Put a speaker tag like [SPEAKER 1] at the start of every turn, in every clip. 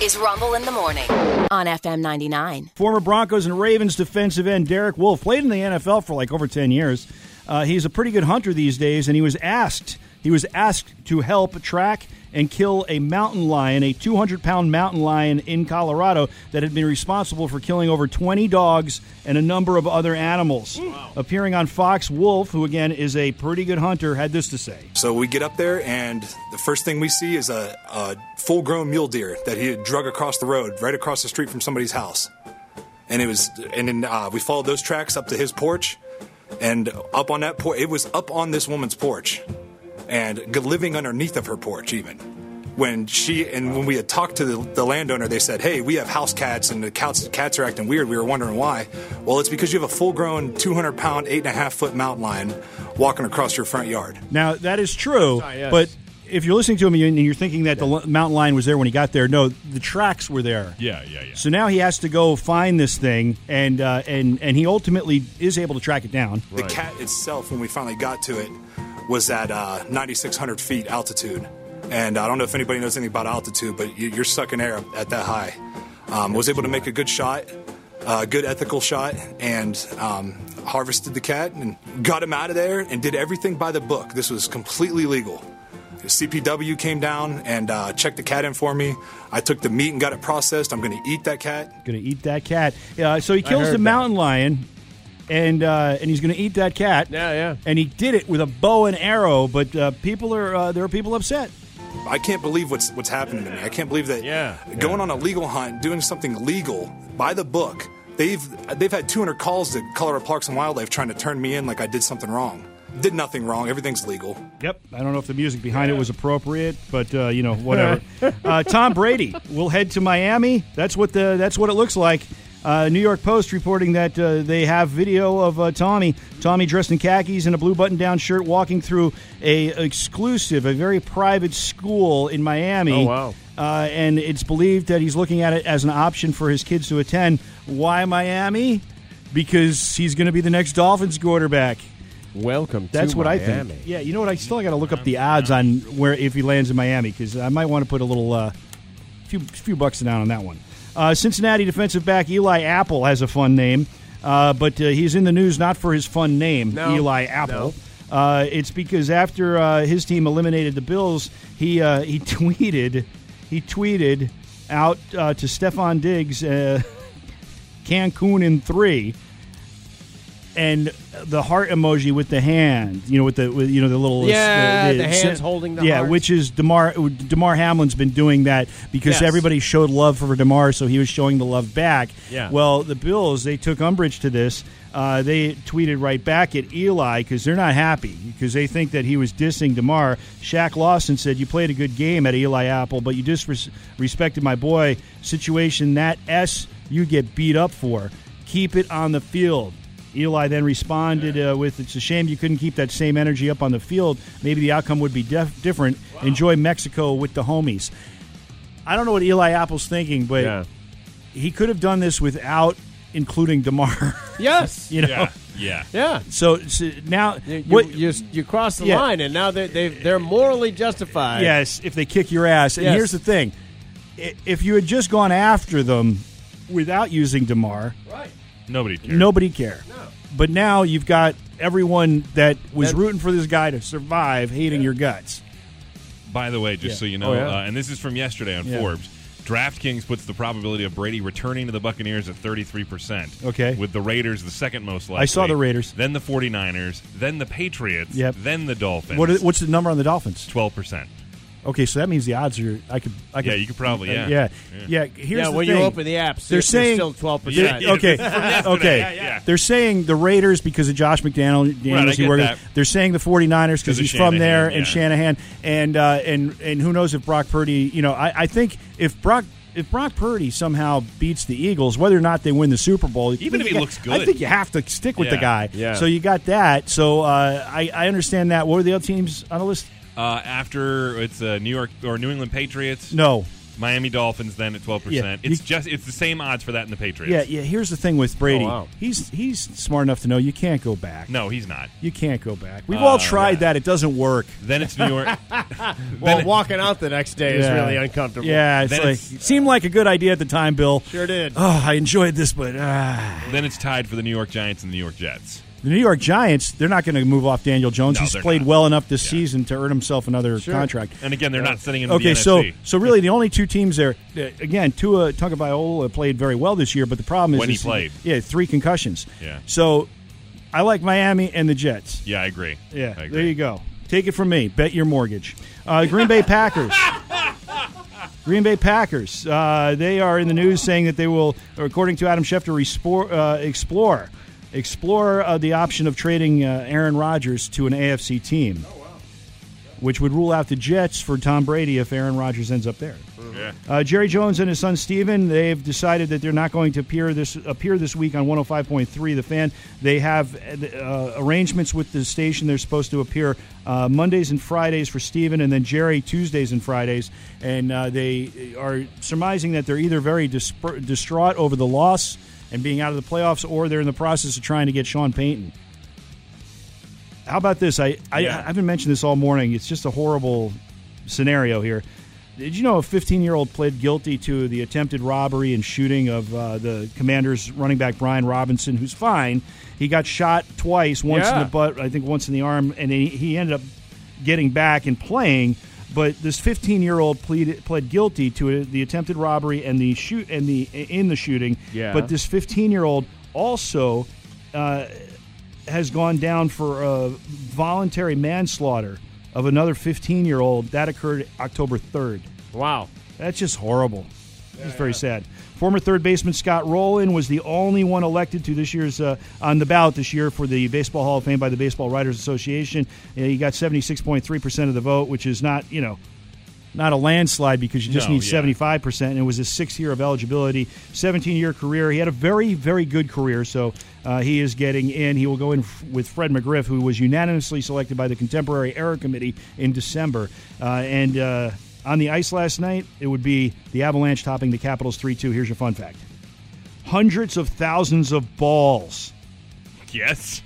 [SPEAKER 1] is Rumble in the Morning on FM 99.
[SPEAKER 2] Former Broncos and Ravens defensive end Derek Wolf played in the NFL for like over 10 years. Uh, he's a pretty good hunter these days, and he was asked he was asked to help track and kill a mountain lion, a 200 pound mountain lion in Colorado that had been responsible for killing over 20 dogs and a number of other animals. Appearing on Fox, Wolf, who again is a pretty good hunter, had this to say.
[SPEAKER 3] So we get up there, and the first thing we see is a, a full grown mule deer that he had drug across the road, right across the street from somebody's house. And it was, and then uh, we followed those tracks up to his porch, and up on that porch, it was up on this woman's porch, and g- living underneath of her porch even. When she and when we had talked to the, the landowner, they said, "Hey, we have house cats, and the cats, cats are acting weird. We were wondering why." Well, it's because you have a full-grown, 200-pound, eight and a half foot mountain lion walking across your front yard.
[SPEAKER 2] Now that is true,
[SPEAKER 4] Ah, yes.
[SPEAKER 2] but if you're listening to him and you're thinking that the the mountain lion was there when he got there, no, the tracks were there.
[SPEAKER 4] Yeah, yeah, yeah.
[SPEAKER 2] So now he has to go find this thing, and uh, and and he ultimately is able to track it down.
[SPEAKER 3] The cat itself, when we finally got to it, was at uh, 9,600 feet altitude. And uh, I don't know if anybody knows anything about altitude, but you, you're sucking air at that high. Um, was able to make a good shot, a good ethical shot, and um, harvested the cat and got him out of there and did everything by the book. This was completely legal. CPW came down and uh, checked the cat in for me. I took the meat and got it processed. I'm going to eat that cat.
[SPEAKER 2] Going to eat that cat. Uh, so he kills
[SPEAKER 4] heard
[SPEAKER 2] the
[SPEAKER 4] that.
[SPEAKER 2] mountain lion, and uh, and he's going to eat that cat.
[SPEAKER 4] Yeah, yeah.
[SPEAKER 2] And he did it with a bow and arrow, but uh, people are uh, there are people upset.
[SPEAKER 3] I can't believe what's what's happening to me. I can't believe that
[SPEAKER 4] Yeah,
[SPEAKER 3] going
[SPEAKER 4] yeah.
[SPEAKER 3] on a legal hunt, doing something legal by the book. They've they've had 200 calls to Colorado Parks and Wildlife trying to turn me in like I did something wrong. Did nothing wrong. Everything's legal.
[SPEAKER 2] Yep. I don't know if the music behind it was appropriate, but uh, you know, whatever. uh, Tom Brady will head to Miami. That's what the that's what it looks like. Uh, New York Post reporting that uh, they have video of uh, Tommy. Tommy dressed in khakis and a blue button-down shirt, walking through a exclusive, a very private school in Miami.
[SPEAKER 4] Oh, wow.
[SPEAKER 2] Uh, and it's believed that he's looking at it as an option for his kids to attend. Why Miami? Because he's going to be the next Dolphins quarterback.
[SPEAKER 4] Welcome.
[SPEAKER 2] That's
[SPEAKER 4] to
[SPEAKER 2] what I
[SPEAKER 4] Miami.
[SPEAKER 2] think. Yeah, you know what? I still got to look up the odds on where if he lands in Miami because I might want to put a little uh, few few bucks down on that one. Uh, Cincinnati defensive back Eli Apple has a fun name, uh, but uh, he's in the news not for his fun name,
[SPEAKER 4] No.
[SPEAKER 2] Eli Apple. Uh, it's because after uh, his team eliminated the Bills, he uh, he tweeted he tweeted out uh, to Stefan Diggs. Uh, Cancun in three, and the heart emoji with the hand. You know, with the with, you know the little
[SPEAKER 4] Yeah, the hands holding the
[SPEAKER 2] yeah,
[SPEAKER 4] heart.
[SPEAKER 2] which is Demar Demar Hamlin's been doing that because
[SPEAKER 4] Yes.
[SPEAKER 2] everybody showed love for Demar, so he was showing the love back.
[SPEAKER 4] Yeah.
[SPEAKER 2] Well, the Bills they took umbrage to this. Uh, they tweeted right back at Eli because they're not happy because they think that he was dissing Demar. Shaq Lawson said, "You played a good game at Eli Apple, but you disrespected my boy." Situation that s you get beat up for. Keep it on the field. Eli then responded uh, with, "It's a shame you couldn't keep that same energy up on the field. Maybe the outcome would be def- different. Enjoy Mexico with the homies." I don't know what Eli Apple's thinking, but
[SPEAKER 4] Yeah.
[SPEAKER 2] he could have done this without including Demar.
[SPEAKER 4] Yes.
[SPEAKER 2] you know.
[SPEAKER 5] Yeah, yeah.
[SPEAKER 4] Yeah.
[SPEAKER 2] So, so now
[SPEAKER 4] You,
[SPEAKER 2] what?
[SPEAKER 4] you, you, you cross the
[SPEAKER 2] Yeah.
[SPEAKER 4] line, and now they they they're morally justified.
[SPEAKER 2] yes, if they kick your ass. And
[SPEAKER 4] Yes.
[SPEAKER 2] here's the thing: I- if you had just gone after them without using Demar,
[SPEAKER 4] Right.
[SPEAKER 5] Nobody cares.
[SPEAKER 2] nobody care. But now you've got everyone that was
[SPEAKER 4] That-
[SPEAKER 2] rooting for this guy to survive, hating your guts.
[SPEAKER 5] By the way, just
[SPEAKER 2] Yeah.
[SPEAKER 5] so you know,
[SPEAKER 4] Oh, yeah.
[SPEAKER 5] uh, and this is from yesterday on
[SPEAKER 2] Yeah.
[SPEAKER 5] Forbes. DraftKings puts the probability of Brady returning to the Buccaneers at 33%.
[SPEAKER 2] Okay.
[SPEAKER 5] With the Raiders the second most likely.
[SPEAKER 2] I saw the Raiders.
[SPEAKER 5] Then the 49ers, then the Patriots,
[SPEAKER 2] Yep.
[SPEAKER 5] then the Dolphins.
[SPEAKER 2] What, what's the number on the Dolphins?
[SPEAKER 5] 12%.
[SPEAKER 2] Okay, so that means the odds are I could. I could
[SPEAKER 5] Yeah, you could probably,
[SPEAKER 2] uh,
[SPEAKER 5] yeah.
[SPEAKER 2] yeah, yeah.
[SPEAKER 5] Yeah.
[SPEAKER 2] Here's
[SPEAKER 4] yeah.
[SPEAKER 2] the
[SPEAKER 4] When
[SPEAKER 2] thing.
[SPEAKER 4] you open the apps,
[SPEAKER 2] They're saying-
[SPEAKER 4] still twelve
[SPEAKER 5] Yeah,
[SPEAKER 4] percent.
[SPEAKER 5] yeah.
[SPEAKER 2] okay, uh,
[SPEAKER 5] yesterday.
[SPEAKER 2] okay.
[SPEAKER 5] Yeah, yeah.
[SPEAKER 2] They're saying the Raiders because of Josh McDaniel.
[SPEAKER 5] Right, I
[SPEAKER 2] Daniels, he
[SPEAKER 5] get
[SPEAKER 2] worked-
[SPEAKER 5] that.
[SPEAKER 2] They're saying the 49ers because
[SPEAKER 5] Because of
[SPEAKER 2] he's from there
[SPEAKER 5] Shanahan,
[SPEAKER 2] and
[SPEAKER 5] yeah.
[SPEAKER 2] Shanahan and uh, and and who knows if Brock Purdy. You know, I, I think if Brock. If Brock Purdy somehow beats the Eagles, whether or not they win the Super Bowl,
[SPEAKER 5] Even if he
[SPEAKER 2] you got-
[SPEAKER 5] looks good.
[SPEAKER 2] I think you have to stick with the
[SPEAKER 5] Yeah,
[SPEAKER 2] guy.
[SPEAKER 4] yeah.
[SPEAKER 2] So you got that. So uh, I, I understand that. What were the other teams on the list?
[SPEAKER 5] Uh, after it's uh, New York or New England Patriots.
[SPEAKER 2] No,
[SPEAKER 5] Miami Dolphins then at twelve percent.
[SPEAKER 2] Yeah,
[SPEAKER 5] It's
[SPEAKER 2] you-
[SPEAKER 5] just it's the same odds for that in the Patriots.
[SPEAKER 2] Yeah, yeah. Here's the thing with Brady.
[SPEAKER 4] Oh, wow.
[SPEAKER 2] He's he's smart enough to know you can't go back.
[SPEAKER 5] No, Uh, he's not.
[SPEAKER 2] You can't go back. We've all tried that. It doesn't work.
[SPEAKER 5] Then it's New York.
[SPEAKER 4] Well,
[SPEAKER 5] Then-
[SPEAKER 4] walking out the next day is
[SPEAKER 2] Yeah.
[SPEAKER 4] really uncomfortable.
[SPEAKER 2] Yeah, it's
[SPEAKER 5] Then
[SPEAKER 2] like
[SPEAKER 5] it's-
[SPEAKER 2] seemed like a good idea at the time, Bill.
[SPEAKER 4] Sure did.
[SPEAKER 2] Oh, I enjoyed this, but ah.
[SPEAKER 5] then it's tied for the New York Giants and the New York Jets.
[SPEAKER 2] the New York Giants, they're not going to move off Daniel Jones.
[SPEAKER 5] No,
[SPEAKER 2] He's
[SPEAKER 5] they're
[SPEAKER 2] played
[SPEAKER 5] not.
[SPEAKER 2] well enough this
[SPEAKER 5] Yeah.
[SPEAKER 2] season to earn himself another contract.
[SPEAKER 5] And again, they're not sitting in
[SPEAKER 2] Okay,
[SPEAKER 5] the
[SPEAKER 2] so
[SPEAKER 5] NFC.
[SPEAKER 2] so really the only two teams there uh, again, Tua Tagovailoa played very well this year, but the problem is
[SPEAKER 5] When he
[SPEAKER 2] is-
[SPEAKER 5] played.
[SPEAKER 2] yeah, three concussions.
[SPEAKER 5] Yeah.
[SPEAKER 2] So I like Miami and the Jets.
[SPEAKER 5] yeah, I agree.
[SPEAKER 2] Yeah,
[SPEAKER 5] I agree.
[SPEAKER 2] there you go. Take it from me. Bet your mortgage. Uh, Green Bay Packers. Green Bay Packers. Uh, they are in the news saying that they will, according to Adam Schefter, respor- uh, explore explore uh, the option of trading uh, Aaron Rodgers to an AFC team,
[SPEAKER 5] Oh,
[SPEAKER 2] which would rule out the Jets for Tom Brady if Aaron Rodgers ends up there.
[SPEAKER 5] Yeah.
[SPEAKER 2] Uh, Jerry Jones and his son Steven, they've decided that they're not going to appear this appear this week on 105.3 The Fan. They have uh, arrangements with the station. They're supposed to appear uh, Mondays and Fridays for Steven and then Jerry Tuesdays and Fridays. And uh, they are surmising that they're either very disp- distraught over the loss and being out of the playoffs or they're in the process of trying to get Sean Payton. How about this? I, I,
[SPEAKER 5] Yeah.
[SPEAKER 2] I haven't mentioned this all morning. It's just a horrible scenario here. Did you know a 15 year old pled guilty to the attempted robbery and shooting of uh, the commander's running back, Brian Robinson, who's fine? He got shot twice, once in
[SPEAKER 4] Yeah.
[SPEAKER 2] the butt, I think once in the arm, and he, he ended up getting back and playing. But this 15 year old pleaded pled guilty to the attempted robbery and the shoot and the in the shooting.
[SPEAKER 4] Yeah.
[SPEAKER 2] But this 15 year old also uh, has gone down for uh, voluntary manslaughter of another 15 year old. That occurred October 3rd.
[SPEAKER 4] Wow.
[SPEAKER 2] That's just horrible. it's very sad. Former third baseman Scott Rowland was the only one elected to this year's uh, on the ballot this year for the Baseball Hall of Fame by the Baseball Writers Association. Uh, he got 76.3 percent of the vote, which is not you know not a landslide because you just
[SPEAKER 5] No,
[SPEAKER 2] need
[SPEAKER 5] yeah.
[SPEAKER 2] 75 percent. And it was his sixth year of eligibility, 17 year career. He had a very very good career, so uh, he is getting in. He will go in f- with Fred McGriff, who was unanimously selected by the Contemporary Era Committee in December, uh, and. Uh, on the ice last night, it would be the Avalanche topping the Capitals 3 2. Here's your fun fact hundreds of thousands of balls
[SPEAKER 5] Yes.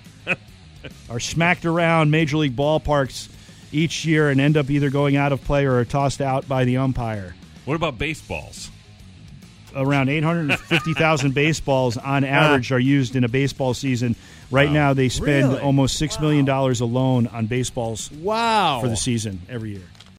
[SPEAKER 2] are smacked around major league ballparks each year and end up either going out of play or are tossed out by the umpire.
[SPEAKER 5] What about baseballs?
[SPEAKER 2] Around 850,000 baseballs on average are used in a baseball season. Right now, they spend
[SPEAKER 4] Really?
[SPEAKER 2] almost six million dollars alone on baseballs
[SPEAKER 4] Wow.
[SPEAKER 2] for the season every year.